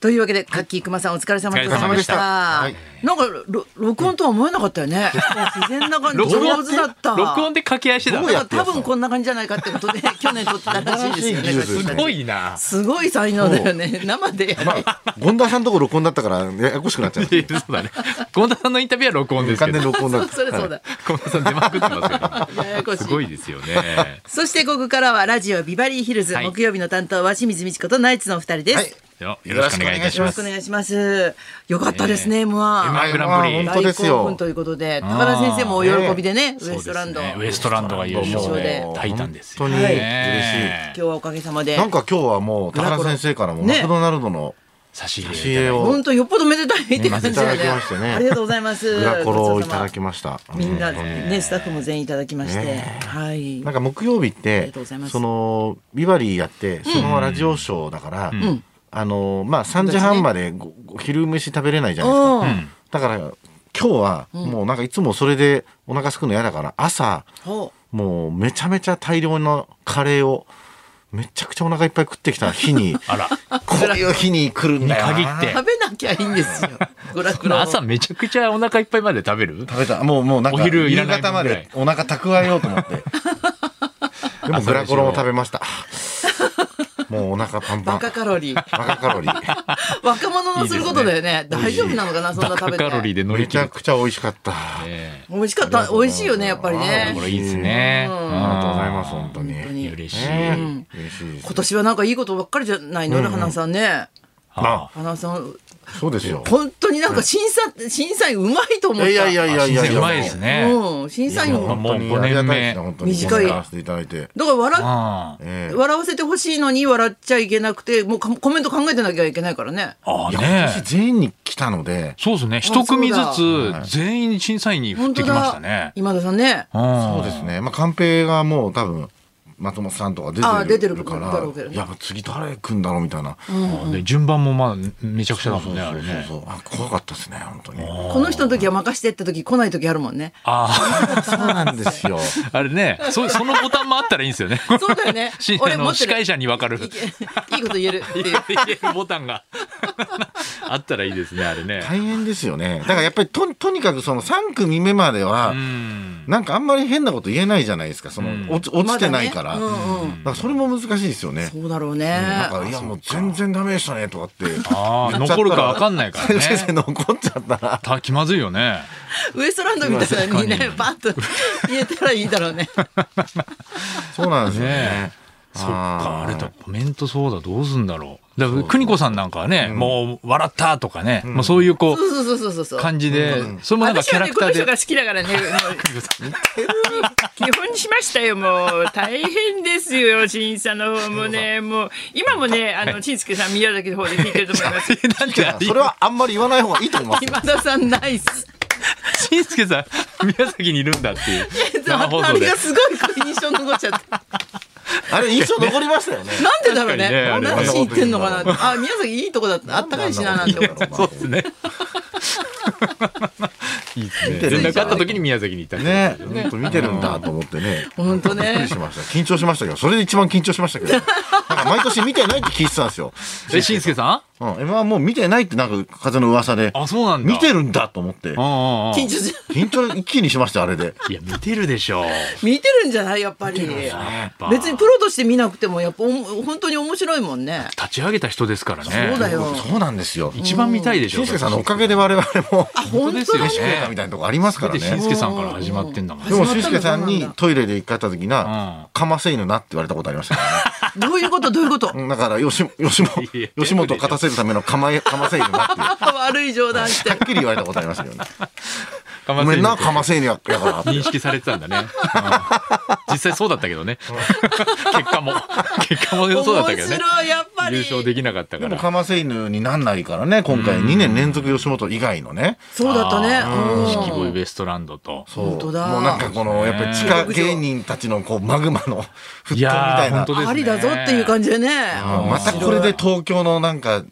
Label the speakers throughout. Speaker 1: というわけで、カッキー熊さんお疲れ様でございました。
Speaker 2: お
Speaker 3: 疲れ様で
Speaker 1: なんか、ろ録音とは思えなかったよね。自然な感じ、
Speaker 2: 録音
Speaker 1: 上手だった。
Speaker 2: 録音で掛け合いしてた
Speaker 3: どう
Speaker 1: な
Speaker 3: や
Speaker 1: んか多分こんな感じじゃないかってことで、去年撮ったらしいですよね
Speaker 3: 素晴らしい技術。で
Speaker 1: カッ
Speaker 3: す
Speaker 1: キー
Speaker 2: す
Speaker 1: さん
Speaker 2: ごいな
Speaker 1: すごい才能だよね。生でやる。
Speaker 3: まあ、 権田さんとこ録音だったから、ややこしくなっちゃう。
Speaker 2: いやそうだね権田さんのインタビューは録音ですけ
Speaker 3: 完
Speaker 2: ど
Speaker 3: 全に
Speaker 2: 権
Speaker 3: 録音だっ た。
Speaker 1: それそうだ。
Speaker 2: 田さん出まくってますけど
Speaker 1: ややこし
Speaker 2: す
Speaker 1: い。
Speaker 2: ごいですよね
Speaker 1: そしてここからはラジオビバリーヒルズ、
Speaker 2: はい
Speaker 1: 木曜日の担当は清水美智子とナイツのお二人です、
Speaker 3: はい。
Speaker 2: ではよろしくお願いいたし
Speaker 1: よろ
Speaker 2: ま
Speaker 1: しく
Speaker 2: す
Speaker 1: お願いしますよかったですね、M1
Speaker 2: は
Speaker 3: はいい、
Speaker 2: グランプリ
Speaker 3: まあ本当です
Speaker 1: 興奮
Speaker 3: よ。
Speaker 1: ということで高田先生もお喜びでねウ
Speaker 2: そう
Speaker 1: エ
Speaker 2: で
Speaker 1: ス
Speaker 2: す
Speaker 1: トランド、
Speaker 2: ねウエストランドが優勝で
Speaker 3: もう
Speaker 2: 炊いたんですよ
Speaker 3: 本当に
Speaker 2: ね
Speaker 3: 嬉しい。
Speaker 1: 今日はおかげさまで
Speaker 3: なんか今日はもう、高田先生からも、
Speaker 1: ね
Speaker 3: マクドナルドの
Speaker 2: 差し
Speaker 3: 差し
Speaker 2: 入
Speaker 3: 入れ
Speaker 2: れを
Speaker 3: を
Speaker 1: 本当よっぽどめでたいって感じだよ
Speaker 3: いただきましたね
Speaker 1: ありがとうございます
Speaker 3: グラコロをいただき
Speaker 1: ごち
Speaker 3: ました。
Speaker 1: そうさまみんな
Speaker 3: う
Speaker 1: ねスタッフも全員いただきまして、
Speaker 3: ね
Speaker 1: はい
Speaker 3: なんか木曜日っ
Speaker 1: あり
Speaker 3: て
Speaker 1: がとうございます
Speaker 3: そのビバリーやってそのままラジオショーだから、
Speaker 1: ん
Speaker 3: あのまあ3時半までごご昼飯食べれないじゃないです
Speaker 1: お
Speaker 3: か。
Speaker 1: ー
Speaker 2: ん
Speaker 3: だから今日はもうなんかいつもそれでお腹すくの嫌だから朝
Speaker 1: ほ
Speaker 3: もうめちゃめちゃ大量のカレーをめちゃくちゃお腹いっぱい食ってきた日に
Speaker 2: あら
Speaker 3: こういう日に来るんだよな
Speaker 2: に限って
Speaker 1: う食べなきゃいいん ですよグラコロ
Speaker 2: 朝めちゃくちゃお腹いっぱいまで食べる
Speaker 3: 食べたもうもうなん
Speaker 2: お
Speaker 3: か
Speaker 2: 昼い
Speaker 3: 夕
Speaker 2: らない
Speaker 3: 方までお腹蓄えようと 思ってでもグラコロも食べましたもうお腹パンパ
Speaker 1: バ
Speaker 3: ン
Speaker 1: カカロリー
Speaker 3: バカカロリー
Speaker 1: 若者のすることだよね
Speaker 3: いいで
Speaker 1: 大
Speaker 3: す
Speaker 1: 丈
Speaker 3: ね
Speaker 1: 夫なのかなそんな
Speaker 2: バ
Speaker 1: 食
Speaker 2: カ
Speaker 1: べて
Speaker 2: カロリーで 乗
Speaker 3: め
Speaker 2: り
Speaker 3: ち
Speaker 2: 切
Speaker 3: ゃ
Speaker 2: る
Speaker 3: くちゃ美味しかった。
Speaker 2: ね
Speaker 1: 美味しかった美味しいよねやっぱり
Speaker 3: あ
Speaker 1: ね
Speaker 3: ー
Speaker 2: これいいですね
Speaker 1: うん
Speaker 3: ありがとうございます本当に。
Speaker 1: 本当に
Speaker 2: 嬉しい
Speaker 3: ね嬉しいです
Speaker 1: 今年はなんかいいことばっかりじゃないの、花さんね
Speaker 2: あ
Speaker 1: 花さん
Speaker 3: そうですよ。
Speaker 1: 本当になんか審査審査員うまいと思
Speaker 3: い
Speaker 1: った
Speaker 3: やいやいやいやいや
Speaker 2: うまいですね
Speaker 1: うん審査員
Speaker 2: や
Speaker 1: を
Speaker 2: もう
Speaker 3: 本当に
Speaker 2: もう五年目
Speaker 3: ありがたいですね本当に
Speaker 1: 短い
Speaker 3: ご参加していただいて。
Speaker 1: だから笑
Speaker 2: あー
Speaker 3: ええ
Speaker 1: 笑わせてほしいのに笑っちゃいけなくてもうかコメント考えてなきゃいけないからね
Speaker 2: あ
Speaker 3: い
Speaker 2: ー
Speaker 3: や
Speaker 2: ね
Speaker 3: 私全員に来たので。
Speaker 2: そうですね。一組ずつ全員審査員に振っ
Speaker 1: 本
Speaker 2: て
Speaker 1: 当
Speaker 2: きました
Speaker 1: だ
Speaker 2: ね。
Speaker 1: 今田さんね
Speaker 2: そ
Speaker 3: そうです。ね。まあカンペがもう多分松本さんとか出てる
Speaker 1: あー出てる
Speaker 3: か
Speaker 1: だろうけど
Speaker 3: ら。
Speaker 1: ね
Speaker 3: いやもう次誰来んだろうみたいな。
Speaker 2: で順番もまあめちゃくちゃだもんねあ
Speaker 3: そう
Speaker 2: れね。
Speaker 3: そうそうあ怖かったですね本当に。
Speaker 1: この人の時は任してって時来ない時あるもんね
Speaker 2: あ
Speaker 3: そうなんですよ。
Speaker 2: あ あれね。そそのボタンもあったらいいんですよ ね。
Speaker 1: そうだよ ね
Speaker 2: しあ
Speaker 1: 俺持
Speaker 2: の
Speaker 1: って
Speaker 2: 司
Speaker 1: る
Speaker 2: 会者にわかる。
Speaker 1: いけい いこと言えるっていう
Speaker 2: 入れるボタンが あったらいいですねあれね。
Speaker 3: 大変ですよね。だからやっぱりととにかくその三組目までは。
Speaker 2: うん。
Speaker 3: なんかあんまり変なこと言えないじゃないですか。その、落ち落ちてないから。
Speaker 1: まだねうんうん
Speaker 3: だからそれも難しいですよね。
Speaker 1: そうだろうね
Speaker 3: なんか、いや、もう全然ダメでしたね、とかって。
Speaker 2: ああ
Speaker 3: 言っちゃったら
Speaker 2: 残るかわかんないから ね
Speaker 3: 先生の怒っちゃったら。
Speaker 2: た気まずいよね。
Speaker 1: ウエストランドみたいにねバンと言えたらいいだろうね
Speaker 3: そうなんですよね。
Speaker 2: ねそっか
Speaker 3: あー
Speaker 2: あれだコメントそうだどうすんだろう。だから邦子さんなんかはねもう笑ったとかねもうそういうこう
Speaker 1: そうそうそうそうそう
Speaker 2: 感じでそれもなんか
Speaker 1: 私
Speaker 2: キャ
Speaker 1: は
Speaker 2: ラ
Speaker 1: ね
Speaker 2: ク
Speaker 1: こ
Speaker 2: タ
Speaker 1: の
Speaker 2: ー
Speaker 1: 人
Speaker 2: で
Speaker 1: が。好きだからねもう基本にしましたよもう大変ですよ審査の方もねもう今もねあのちんすけさん宮崎の方で聞いてると思います
Speaker 2: なんか
Speaker 3: それはあんまり言わない方がいいと思いますよ。
Speaker 1: 今田さんナイ ス
Speaker 2: しんすけさん、宮崎にいるんだっていう。生放
Speaker 1: あ
Speaker 2: 送
Speaker 1: れ
Speaker 2: で
Speaker 1: が。すごい印象に残っちゃった
Speaker 3: あれ、印象残りましたよね。
Speaker 1: なんでだろう
Speaker 2: 確か
Speaker 1: ね
Speaker 2: にねあれ
Speaker 1: 何
Speaker 2: ね
Speaker 1: しに行ってんのかなってあ宮崎いいとこだったあったかいしななんて思って
Speaker 2: そうです ね。いいですね。
Speaker 3: てる
Speaker 2: 連絡あった時に宮崎にいた。
Speaker 3: ね、本当見てるんだと思ってね。
Speaker 1: 本当
Speaker 3: びっく
Speaker 1: ね
Speaker 3: りしました。緊張しましたけど、それで一番緊張しましたけど。なんか毎年見てないって聞いてたんですよ。
Speaker 2: え、しんすけさ
Speaker 3: うん、M1 はもう見てないってなんか風の噂で
Speaker 2: ん。あ、そうなんだ。
Speaker 3: 見てるんだと思って
Speaker 2: うん。うんうん。
Speaker 1: 緊張し
Speaker 3: 緊張一気にしました、あれで。
Speaker 2: いや、見てるでしょう。
Speaker 1: 見てるんじゃないやっぱり
Speaker 2: やっぱ
Speaker 1: 別にプロとして見なくてもやっぱおも本当に面白いもんね
Speaker 2: 立ち上げた人ですからね。
Speaker 1: そうだよ
Speaker 3: そうなんですよ。
Speaker 2: 一番見たいでしょ
Speaker 3: 俊介さんのおかげで我々も
Speaker 1: 本当だ
Speaker 2: で
Speaker 3: 飯
Speaker 2: す
Speaker 3: 食
Speaker 2: よね
Speaker 3: え たみたいなとこありますから
Speaker 2: で、
Speaker 3: ね。
Speaker 2: しんすけさんから始まってんだもん
Speaker 3: で
Speaker 2: ね。
Speaker 3: も俊介さんにトイレで行かれた時
Speaker 2: うん
Speaker 3: な、かませ犬なって言われたことありましたから
Speaker 1: どういうことどういう こと
Speaker 3: ね。だから吉吉本
Speaker 2: いや
Speaker 3: 吉本を勝たせるためのかまえかませ犬なっては
Speaker 1: 悪い冗談 して
Speaker 3: っきり言われたことありましたけどね。
Speaker 2: か
Speaker 3: ご
Speaker 2: ませ
Speaker 3: めん
Speaker 2: 犬
Speaker 3: な
Speaker 2: と
Speaker 3: かませ犬ややから。
Speaker 2: 認識されてたんだね。うん実際そうだったけどね。結果も。結果も
Speaker 1: 面
Speaker 2: そうだったけどね。
Speaker 1: 白いやっぱ
Speaker 2: 優
Speaker 1: り
Speaker 2: 勝できなかったか
Speaker 3: でも
Speaker 2: ら。
Speaker 3: かませ犬になんないからね今回2年連続吉本以外のね。
Speaker 1: そうだったねうん
Speaker 2: 錦鯉ウエストランドと。
Speaker 3: そう
Speaker 1: 本当だ
Speaker 3: もうなんかこのやっぱり地下芸人たちのこうマグマの沸騰みたいな。
Speaker 2: 当
Speaker 1: ありだぞっていう感じでね
Speaker 3: うんまたこれで東京のなんか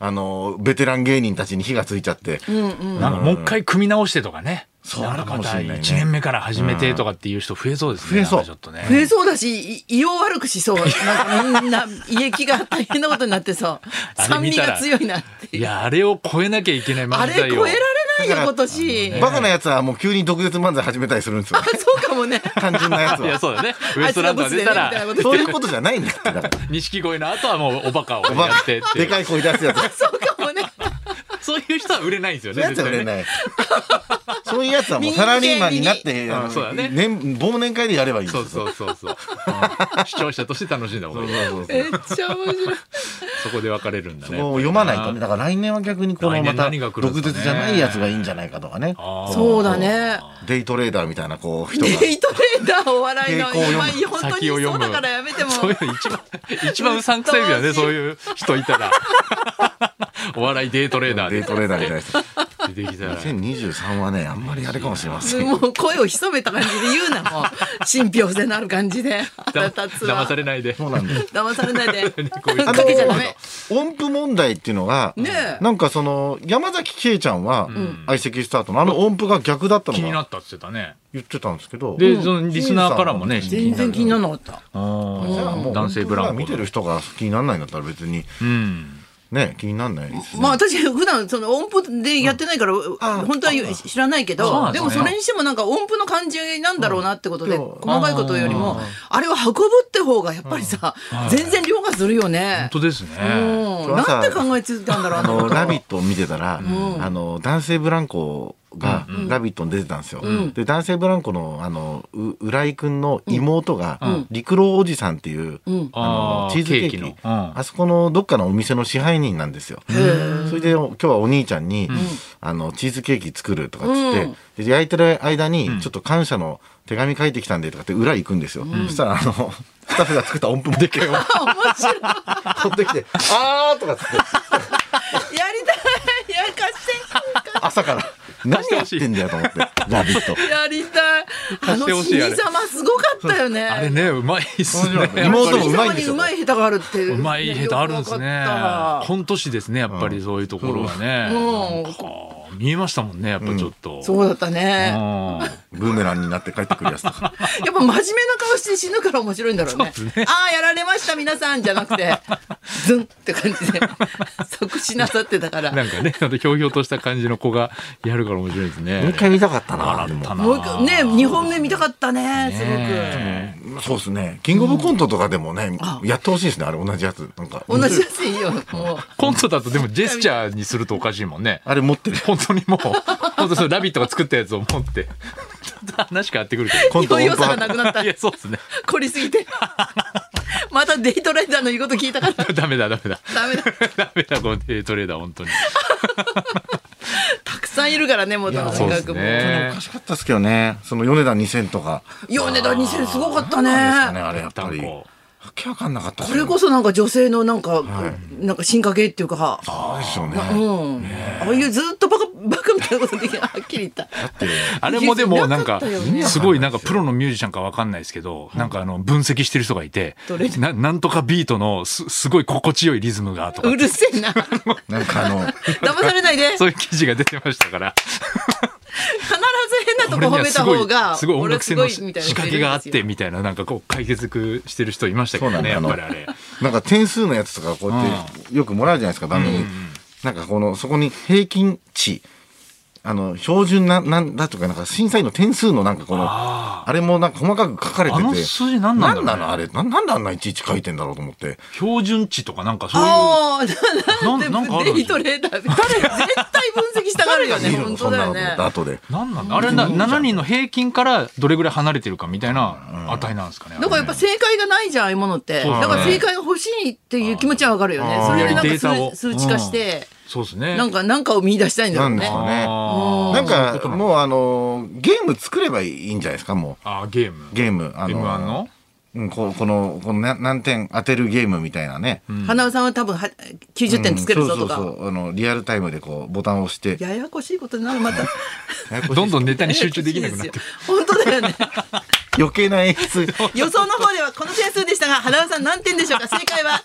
Speaker 3: あのベテラン芸人たちに火がついちゃって、
Speaker 2: なんかもう一回組み直してとかね。
Speaker 3: そう
Speaker 2: な
Speaker 3: あ
Speaker 2: ん
Speaker 3: る
Speaker 2: かま
Speaker 3: かもしれ
Speaker 2: た
Speaker 3: ない、ね、
Speaker 2: 1年目から始めてとかっていう人増えそうですね。
Speaker 3: 増えそう
Speaker 2: なんかちょっとね。
Speaker 1: 増えそうだし、い胃を悪くしそう。なんかみんな、胃液が大変なことになってそう。
Speaker 2: あれ
Speaker 1: 酸
Speaker 2: 見
Speaker 1: 味
Speaker 2: たら
Speaker 1: が強いなって
Speaker 2: い
Speaker 1: いう。
Speaker 2: や、あれを超えなきゃいけない
Speaker 1: あ
Speaker 2: 漫
Speaker 1: れ
Speaker 2: 才を。
Speaker 1: 超えられないよ、今年。
Speaker 3: バカなやつはもう急に毒舌漫才始めたりするんですよ
Speaker 1: あ、そうかもね。
Speaker 3: 単純なやつ
Speaker 2: いや、
Speaker 3: は
Speaker 2: そうだね。ウエストランドが出
Speaker 1: あ
Speaker 2: た
Speaker 1: いつが
Speaker 2: ら、
Speaker 1: ブスでねみたいなこと
Speaker 3: そういうことじゃないんだってだから
Speaker 2: 錦鯉の後はもうおバカを
Speaker 3: おば
Speaker 2: やってっ
Speaker 3: で
Speaker 2: ていう。
Speaker 3: かい声出すやつ
Speaker 1: そうかもね。
Speaker 2: そういう人は売れないんですよ
Speaker 3: そう
Speaker 2: ね。
Speaker 3: いうやつは売れ
Speaker 2: 絶対ね
Speaker 3: ない。そういうやつはもうサラリーマンになって、あの
Speaker 2: そうだね
Speaker 3: 年忘年会でやればいいんです
Speaker 2: そ
Speaker 3: よ
Speaker 2: うそうそうそう。うん視聴者として楽しんだ方がいい。
Speaker 3: そうそう
Speaker 1: めっちゃ面白い。
Speaker 2: そこで分かれるんだ
Speaker 3: そ
Speaker 2: ね。
Speaker 3: こを読まないとね。だから来年は逆にこの
Speaker 2: 来
Speaker 3: ま
Speaker 2: 年
Speaker 3: た
Speaker 2: 何が来るん
Speaker 3: 毒
Speaker 2: ですかね
Speaker 3: 舌じゃないやつがいいんじゃないかとかね。
Speaker 2: あー
Speaker 1: そうだね。
Speaker 3: デイトレーダーみたいなこう人が。
Speaker 1: デイトレーダーお笑いの、
Speaker 3: 傾向を読
Speaker 1: 今、
Speaker 3: む
Speaker 1: 本当に
Speaker 2: 先を読
Speaker 1: そう
Speaker 2: む
Speaker 1: だからやめても。
Speaker 2: そういうの一番、 一番うさんくさいよね、そういう人いたら。 お笑いデートレーダー
Speaker 3: デ
Speaker 2: で
Speaker 3: イトレーダーみたいな人。
Speaker 2: 出てきたら。
Speaker 3: 2023はね、あんまりあれかもしれません。
Speaker 1: もう声を潜めた感じで言うな、もう。信憑性のある感じで。腹
Speaker 2: だ
Speaker 1: 立つわ
Speaker 2: 騙さ。れないで。
Speaker 3: そうなんです。
Speaker 1: 騙されない で。
Speaker 2: こういう
Speaker 1: かけちゃダメ。
Speaker 3: 音符問題っていうのが、
Speaker 1: ねえ
Speaker 3: なんかその山崎圭ちゃんは相席スタートのあの音符が逆だった
Speaker 2: 気に
Speaker 3: の
Speaker 2: な
Speaker 3: が
Speaker 2: ったって言ってたね。
Speaker 3: 言ってたんですけど、
Speaker 2: で、そのリスナーからもね、
Speaker 1: 全然気にならなかった。
Speaker 2: あー
Speaker 3: じゃあもう
Speaker 2: 男性ブランコ。
Speaker 3: 見てる人が気にならないんだったら別に
Speaker 2: うん。
Speaker 3: ね気にならないですね
Speaker 1: まあ私普段その音符でやってないから、本当は知らないけ
Speaker 2: そうな
Speaker 1: どで
Speaker 2: んです
Speaker 1: も
Speaker 2: ね
Speaker 1: それにしてもなんか音符の感じなんだろうなってことで、
Speaker 3: うん
Speaker 1: 細かいことよりもあれを運ぶって方がやっぱりさ、全然凌駕するよね
Speaker 2: 本。当です
Speaker 1: うん
Speaker 2: ね。
Speaker 3: そう
Speaker 1: な
Speaker 3: 朝
Speaker 1: んて考えついたんだろう
Speaker 3: あ
Speaker 1: あの
Speaker 3: の「
Speaker 1: こと
Speaker 3: ラビット!」を見てたら、あの男性ブランコが「ラビット!」に出てたんですよ。で男性ブランコのあのう浦井くんの妹が、陸郎おじさんっていう、
Speaker 1: ん
Speaker 2: あ
Speaker 3: あの
Speaker 2: ー
Speaker 3: チーズケーキ
Speaker 2: ケーキのうん
Speaker 3: あそこのどっかのお店の支配人なんですよ。それで今日はお兄ちゃんに、あのチーズケーキ作るとかっつって、で焼いてる間に、ちょっと感謝の手紙書いてきたんでとかって裏行くんですよ。そしたらあのスタッフが作った音符でっ かい音符取ってきて「あー」とかっつって。
Speaker 1: やりたいや貸して
Speaker 3: 朝から 何やってんだよと思って「ラビット!
Speaker 1: やりたいあの死に様すごかったよね。
Speaker 2: あれね、うまいっすね。
Speaker 3: 妹
Speaker 1: 神
Speaker 3: もうま
Speaker 1: 様
Speaker 3: いんで
Speaker 1: に
Speaker 3: すよ
Speaker 1: うまい下手があるって
Speaker 2: うまい下手あるんですね
Speaker 1: よくわかっ。た
Speaker 2: コント師ですね、やっぱりそういうところはね。
Speaker 1: うん
Speaker 2: なんか見えましたもんね、やっぱちょっと。
Speaker 1: そうだったね。
Speaker 2: うん」
Speaker 3: ブーメランになって帰ってくるやつとか
Speaker 1: やっぱ真面目な顔して死ぬから面白いんだろうね。
Speaker 2: そうですね
Speaker 1: ああ、やられました、皆さんじゃなくて、ズンって感 じで、即死なさってたから。
Speaker 2: なんかね、 あとひょうひょうとした感じの子がやるから面白いですね。
Speaker 3: もう一回見たかったな
Speaker 2: 笑
Speaker 3: で
Speaker 2: った
Speaker 3: も
Speaker 2: な。
Speaker 1: もう一回ね、2本目見たかったね、すごく。
Speaker 2: ね
Speaker 3: そうですねキングオブコントとかでもね、やってほしいですねあれ同じやつなんか
Speaker 1: 同じやついいよ、もう。
Speaker 2: コントだとでもジェスチャーにするとおかしいもんね。
Speaker 3: あれ持ってる
Speaker 2: 本当にもう、 本当そのラビットが作ったやつを持って、 ちょっと話変わってくるけど。
Speaker 3: コント
Speaker 1: 余裕
Speaker 3: 音符
Speaker 1: さが
Speaker 3: あ
Speaker 1: なくなった
Speaker 2: い。や、そうですね。
Speaker 1: 凝りすぎて。 またデイトレーダーの言うこと聞いたから、
Speaker 2: ダメだ、ダメだ。
Speaker 1: ダメだ。
Speaker 2: ダメだ、このデートレーダー、本当に。
Speaker 1: たくさんいるからね、もうとに
Speaker 2: そうで
Speaker 1: か
Speaker 2: す
Speaker 1: くも
Speaker 2: ね
Speaker 3: お。かしかったっすけどねその米田2000とか
Speaker 1: う。ヨネダ2000すごかった
Speaker 3: ですか
Speaker 1: ね。
Speaker 3: ねあれやっぱり
Speaker 2: なんか
Speaker 3: わ
Speaker 2: こ
Speaker 3: けわかんなかった
Speaker 1: これこそなんか女性のなんか、なんか進化系っていうか、
Speaker 3: そうですよね
Speaker 1: うん、ああいうずっとバカバカみたいなことできない はっきり言った。
Speaker 2: あれもでもなんか
Speaker 1: なかったよね
Speaker 2: すごいなんかプロのミュージシャンかわかんないですけどなんかあの分析してる人がいて
Speaker 1: どれ
Speaker 2: ななんとかビートのすすごい心地よいリズムがとか
Speaker 1: うるせえ な。
Speaker 3: なんかあの
Speaker 1: 騙されないで。必
Speaker 2: そういう記事が出てましたから
Speaker 1: ず変なとこ褒めた方が、
Speaker 2: すごい音
Speaker 1: 俺
Speaker 2: 楽
Speaker 1: す
Speaker 2: 性
Speaker 1: ご
Speaker 2: の
Speaker 1: いみたいな人いるんで
Speaker 2: 仕
Speaker 1: すよ。
Speaker 2: 掛けがあってみたいななんかこう解決してる人いましたけどね
Speaker 3: そ
Speaker 2: や
Speaker 3: う
Speaker 2: っ
Speaker 3: なんだ
Speaker 2: ぱりあれ
Speaker 3: なんか点数のやつとかこうやってよくもらうじゃないですか番組、なんかこのそこに平均値あの標準ななんだとかなんか審査員の点数のなんかこのあれもなんか細かく書かれてて
Speaker 2: あの数字何なんだろうね
Speaker 3: なのあれななんであんないちいち書いてんだろうと思って
Speaker 2: 標準値とかなんかそういう
Speaker 1: ああ、
Speaker 2: な
Speaker 1: なんんで
Speaker 2: なんかある
Speaker 1: デ
Speaker 2: んで
Speaker 1: イ
Speaker 2: しょ
Speaker 1: トレーダー。誰絶対分析したがるよね。
Speaker 3: 見る
Speaker 1: 本
Speaker 3: の
Speaker 1: 当
Speaker 3: そん
Speaker 1: だ
Speaker 3: な
Speaker 1: よ
Speaker 3: のと思
Speaker 1: ね
Speaker 3: って。後で
Speaker 2: なんなんだあれな7人の平均からどれぐらい離れてるかみたいな値なんですかね
Speaker 1: だからやっぱ正解がないじゃん、ああいうものって。だ
Speaker 2: そうだね
Speaker 1: から正解が欲しいっていう気持ちはわかるよね
Speaker 3: あ。ー
Speaker 1: それでなん
Speaker 2: よりデータ
Speaker 1: か
Speaker 2: を
Speaker 1: 数数値化して、
Speaker 2: そうですね
Speaker 1: なんか、なんかを見出したいんだろう
Speaker 3: なんで
Speaker 1: ね
Speaker 3: し。ょうね
Speaker 2: あー
Speaker 3: なんかもうあのゲーム作ればいいんじゃないですかも
Speaker 2: あーゲーム
Speaker 3: うゲームあ
Speaker 2: M1 の
Speaker 3: うん、ここのこのな何点当てるゲームみたいなね、
Speaker 1: 花尾さんは多分は90点つけるぞと
Speaker 3: うん
Speaker 1: か
Speaker 3: そう。そうそうあのリアルタイムでこうボタンを押して
Speaker 1: ややこしいことになる、また。
Speaker 3: ややこしい
Speaker 2: どんどんネタに集中できなくなって
Speaker 1: 本当だよね。
Speaker 3: 余計な演 出
Speaker 1: 予想の方ではこの点数でしたが、花輪さん何点でしょうか正解は、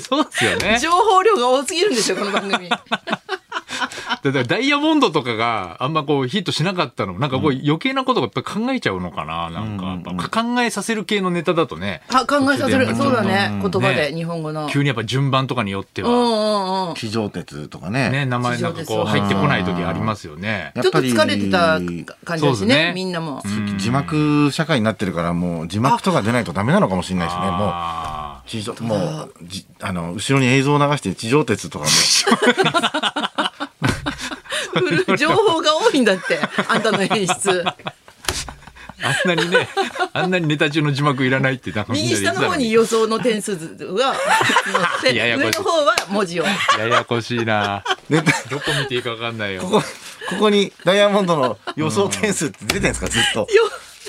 Speaker 2: そうですよね。
Speaker 1: 情報量が多すぎるんですよ、この番組。
Speaker 2: だからダイヤモンドとかがあんまこうヒットしなかったのもなんかこう余計なことがやっぱ考えちゃうのかななんかやっぱ考えさせる系のネタだとね
Speaker 1: あ考えさせるそうだね言葉で
Speaker 2: ね
Speaker 1: 日本語の
Speaker 2: 急にやっぱ順番とかによって
Speaker 1: うんう
Speaker 2: は
Speaker 1: んうん
Speaker 3: 地上鉄とかね
Speaker 2: ね名前なんかこう入ってこない時ありますよね
Speaker 3: や
Speaker 1: ちょっと
Speaker 3: ぱり
Speaker 1: 疲れてた感じだ
Speaker 2: そ
Speaker 1: し
Speaker 2: うです
Speaker 1: ね
Speaker 2: ね
Speaker 1: みんなも
Speaker 3: 字幕社会になってるからもう字幕とか出ないとダメなのかもしれないですねもう
Speaker 2: あ
Speaker 3: 地上もうじあの後ろに映像を流して地上鉄とかも
Speaker 1: 古い 情報が多いんだってあんたの演出
Speaker 2: ーあんなにね あんなにネタ中の字幕いらないってなんかみんな
Speaker 1: 右
Speaker 2: で
Speaker 1: 下
Speaker 2: 言って
Speaker 1: の
Speaker 2: た
Speaker 1: 方
Speaker 2: に
Speaker 1: に予想の点数が載って
Speaker 2: ややこしい
Speaker 1: 上の方は文字を
Speaker 2: ややこしいな
Speaker 3: で
Speaker 2: どこ見ていいかわかんないよ
Speaker 3: ここここにダイヤモンドの予想点数って出てんですかずっと
Speaker 1: よ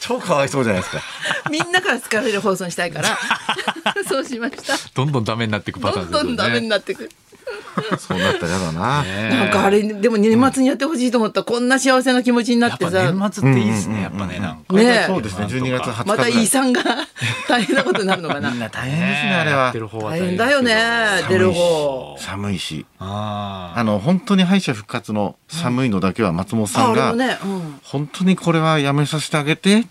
Speaker 3: 超かわいそうじゃないですか
Speaker 1: みんなから好かれる放送にしたいからそうしました
Speaker 2: どんどんダメになっていくパタ
Speaker 1: ど
Speaker 2: ーン
Speaker 1: ん
Speaker 2: で
Speaker 1: ど
Speaker 2: すよね
Speaker 1: んダメになってくる
Speaker 3: そうなったらやだな、
Speaker 2: ね
Speaker 1: なんかあれでも年末にやってほしいと思ったこんな幸せな気持ちにな
Speaker 2: や
Speaker 1: っ
Speaker 2: ってぱ
Speaker 1: さ
Speaker 2: 年末っていいですねやっぱねなんか
Speaker 1: ねえ
Speaker 3: そうですね12月20日
Speaker 1: また
Speaker 3: ぐら
Speaker 1: 胃さんが 大変なことになるのかな
Speaker 3: みんな大変ですねあれは
Speaker 1: 大変だよね出る方
Speaker 3: 寒いし
Speaker 2: あ
Speaker 3: あの本当に敗者復活の寒いのだけは松本
Speaker 1: あ
Speaker 3: さん
Speaker 1: 俺も
Speaker 3: が、
Speaker 1: ね、うん、
Speaker 3: 本当にこれはやめさせてあげてって、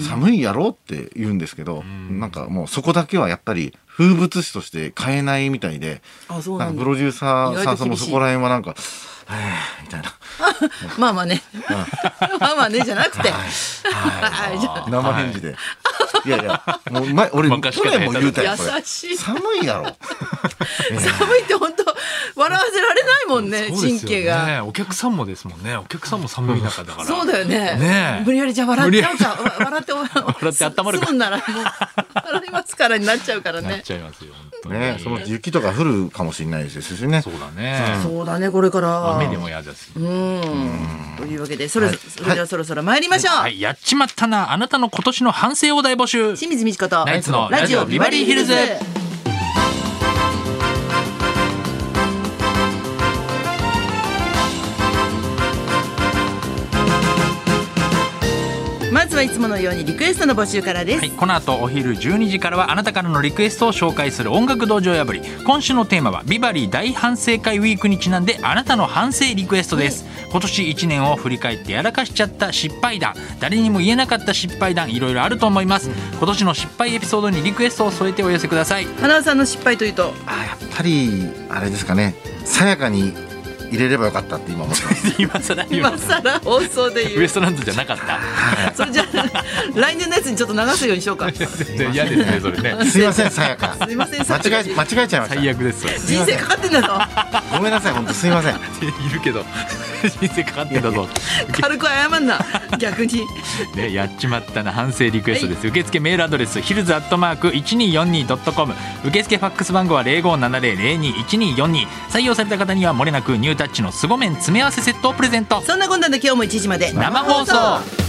Speaker 3: 寒いやろって言うんですけど、
Speaker 2: ん
Speaker 3: なんかもうそこだけはやっぱり風物詩として変えないみたいで
Speaker 1: あそう
Speaker 3: な
Speaker 1: なんん
Speaker 3: か
Speaker 1: だ
Speaker 3: プロデューサーさんとも
Speaker 1: 意外と厳しい
Speaker 3: そこら辺はなんか「はぁみたいな
Speaker 1: まあまあね まあまあねじゃなくて はいじゃあ
Speaker 3: 生返事で、い、やいやもう前俺
Speaker 2: 任せ
Speaker 3: 去
Speaker 2: 方下手だ
Speaker 3: 年も言うたよこれ
Speaker 1: 優しい
Speaker 3: 寒い やろ
Speaker 1: 寒いって本当笑わせられないもんね
Speaker 2: あ
Speaker 1: 神経が。
Speaker 2: お客さんもですもんねお客さんも寒い中だから
Speaker 1: そうだよね
Speaker 2: ねえ
Speaker 1: 無理やりじゃあ笑っ
Speaker 2: 無理
Speaker 1: ち
Speaker 2: や
Speaker 1: ゃう
Speaker 2: り
Speaker 1: かわ笑って笑
Speaker 2: 笑って温まるか
Speaker 1: すんならもう笑いますからになっちゃうから
Speaker 2: なっ
Speaker 1: ね
Speaker 2: ちゃいますよ本当に
Speaker 3: ねその雪とか降るかもしれないですしね
Speaker 2: そうだね
Speaker 1: そうだねこれから
Speaker 2: 雨でも嫌です
Speaker 1: うんというわけでそれ,、それではそろそろ参りましょう、
Speaker 2: はいやっちまったなあなたの今年の反省を大募集
Speaker 1: 清水美智子と
Speaker 2: ナイツのラジオビバリーヒルズ
Speaker 1: まずはいつものようにリクエストの募集からです、
Speaker 2: はい、この後お昼12時からはあなたからのリクエストを紹介する音楽道場破り今週のテーマはビバリー大反省会ウィークにちなんであなたの反省リクエストです、今年1年を振り返ってやらかしちゃった失敗談誰にも言えなかった失敗談いろいろあると思います、今年の失敗エピソードにリクエストを添えてお寄せください
Speaker 1: 花輪さんの失敗というと
Speaker 3: あやっぱりあれですかねさやかに入れればよかったって今思ってます
Speaker 2: 今更言う
Speaker 1: 今更放送で
Speaker 2: ウ
Speaker 1: 言
Speaker 2: エ
Speaker 1: う
Speaker 2: ストランドじゃなか った
Speaker 1: それじゃあ来年のやつにちょっと流すようにしようか人
Speaker 2: 嫌ですねそ れね
Speaker 3: すいませんさやか
Speaker 1: すいませんさやか
Speaker 3: 間違え間違えちゃいました
Speaker 2: 最悪ですわ
Speaker 1: 生かかってんだぞ
Speaker 3: ごめんなさい、本当すいません。
Speaker 2: いるけど 人生かかってたぞ
Speaker 1: 軽く謝んな逆に
Speaker 2: でやっちまったな反省リクエストです、受付メールアドレスヒルズアットマーク 1242.com 受付ファックス番号は0570021242採用された方にはもれなくニュータッチの凄麺詰め合わせセットをプレゼント
Speaker 1: そんなこんなんで今日も1時まで
Speaker 2: 生放送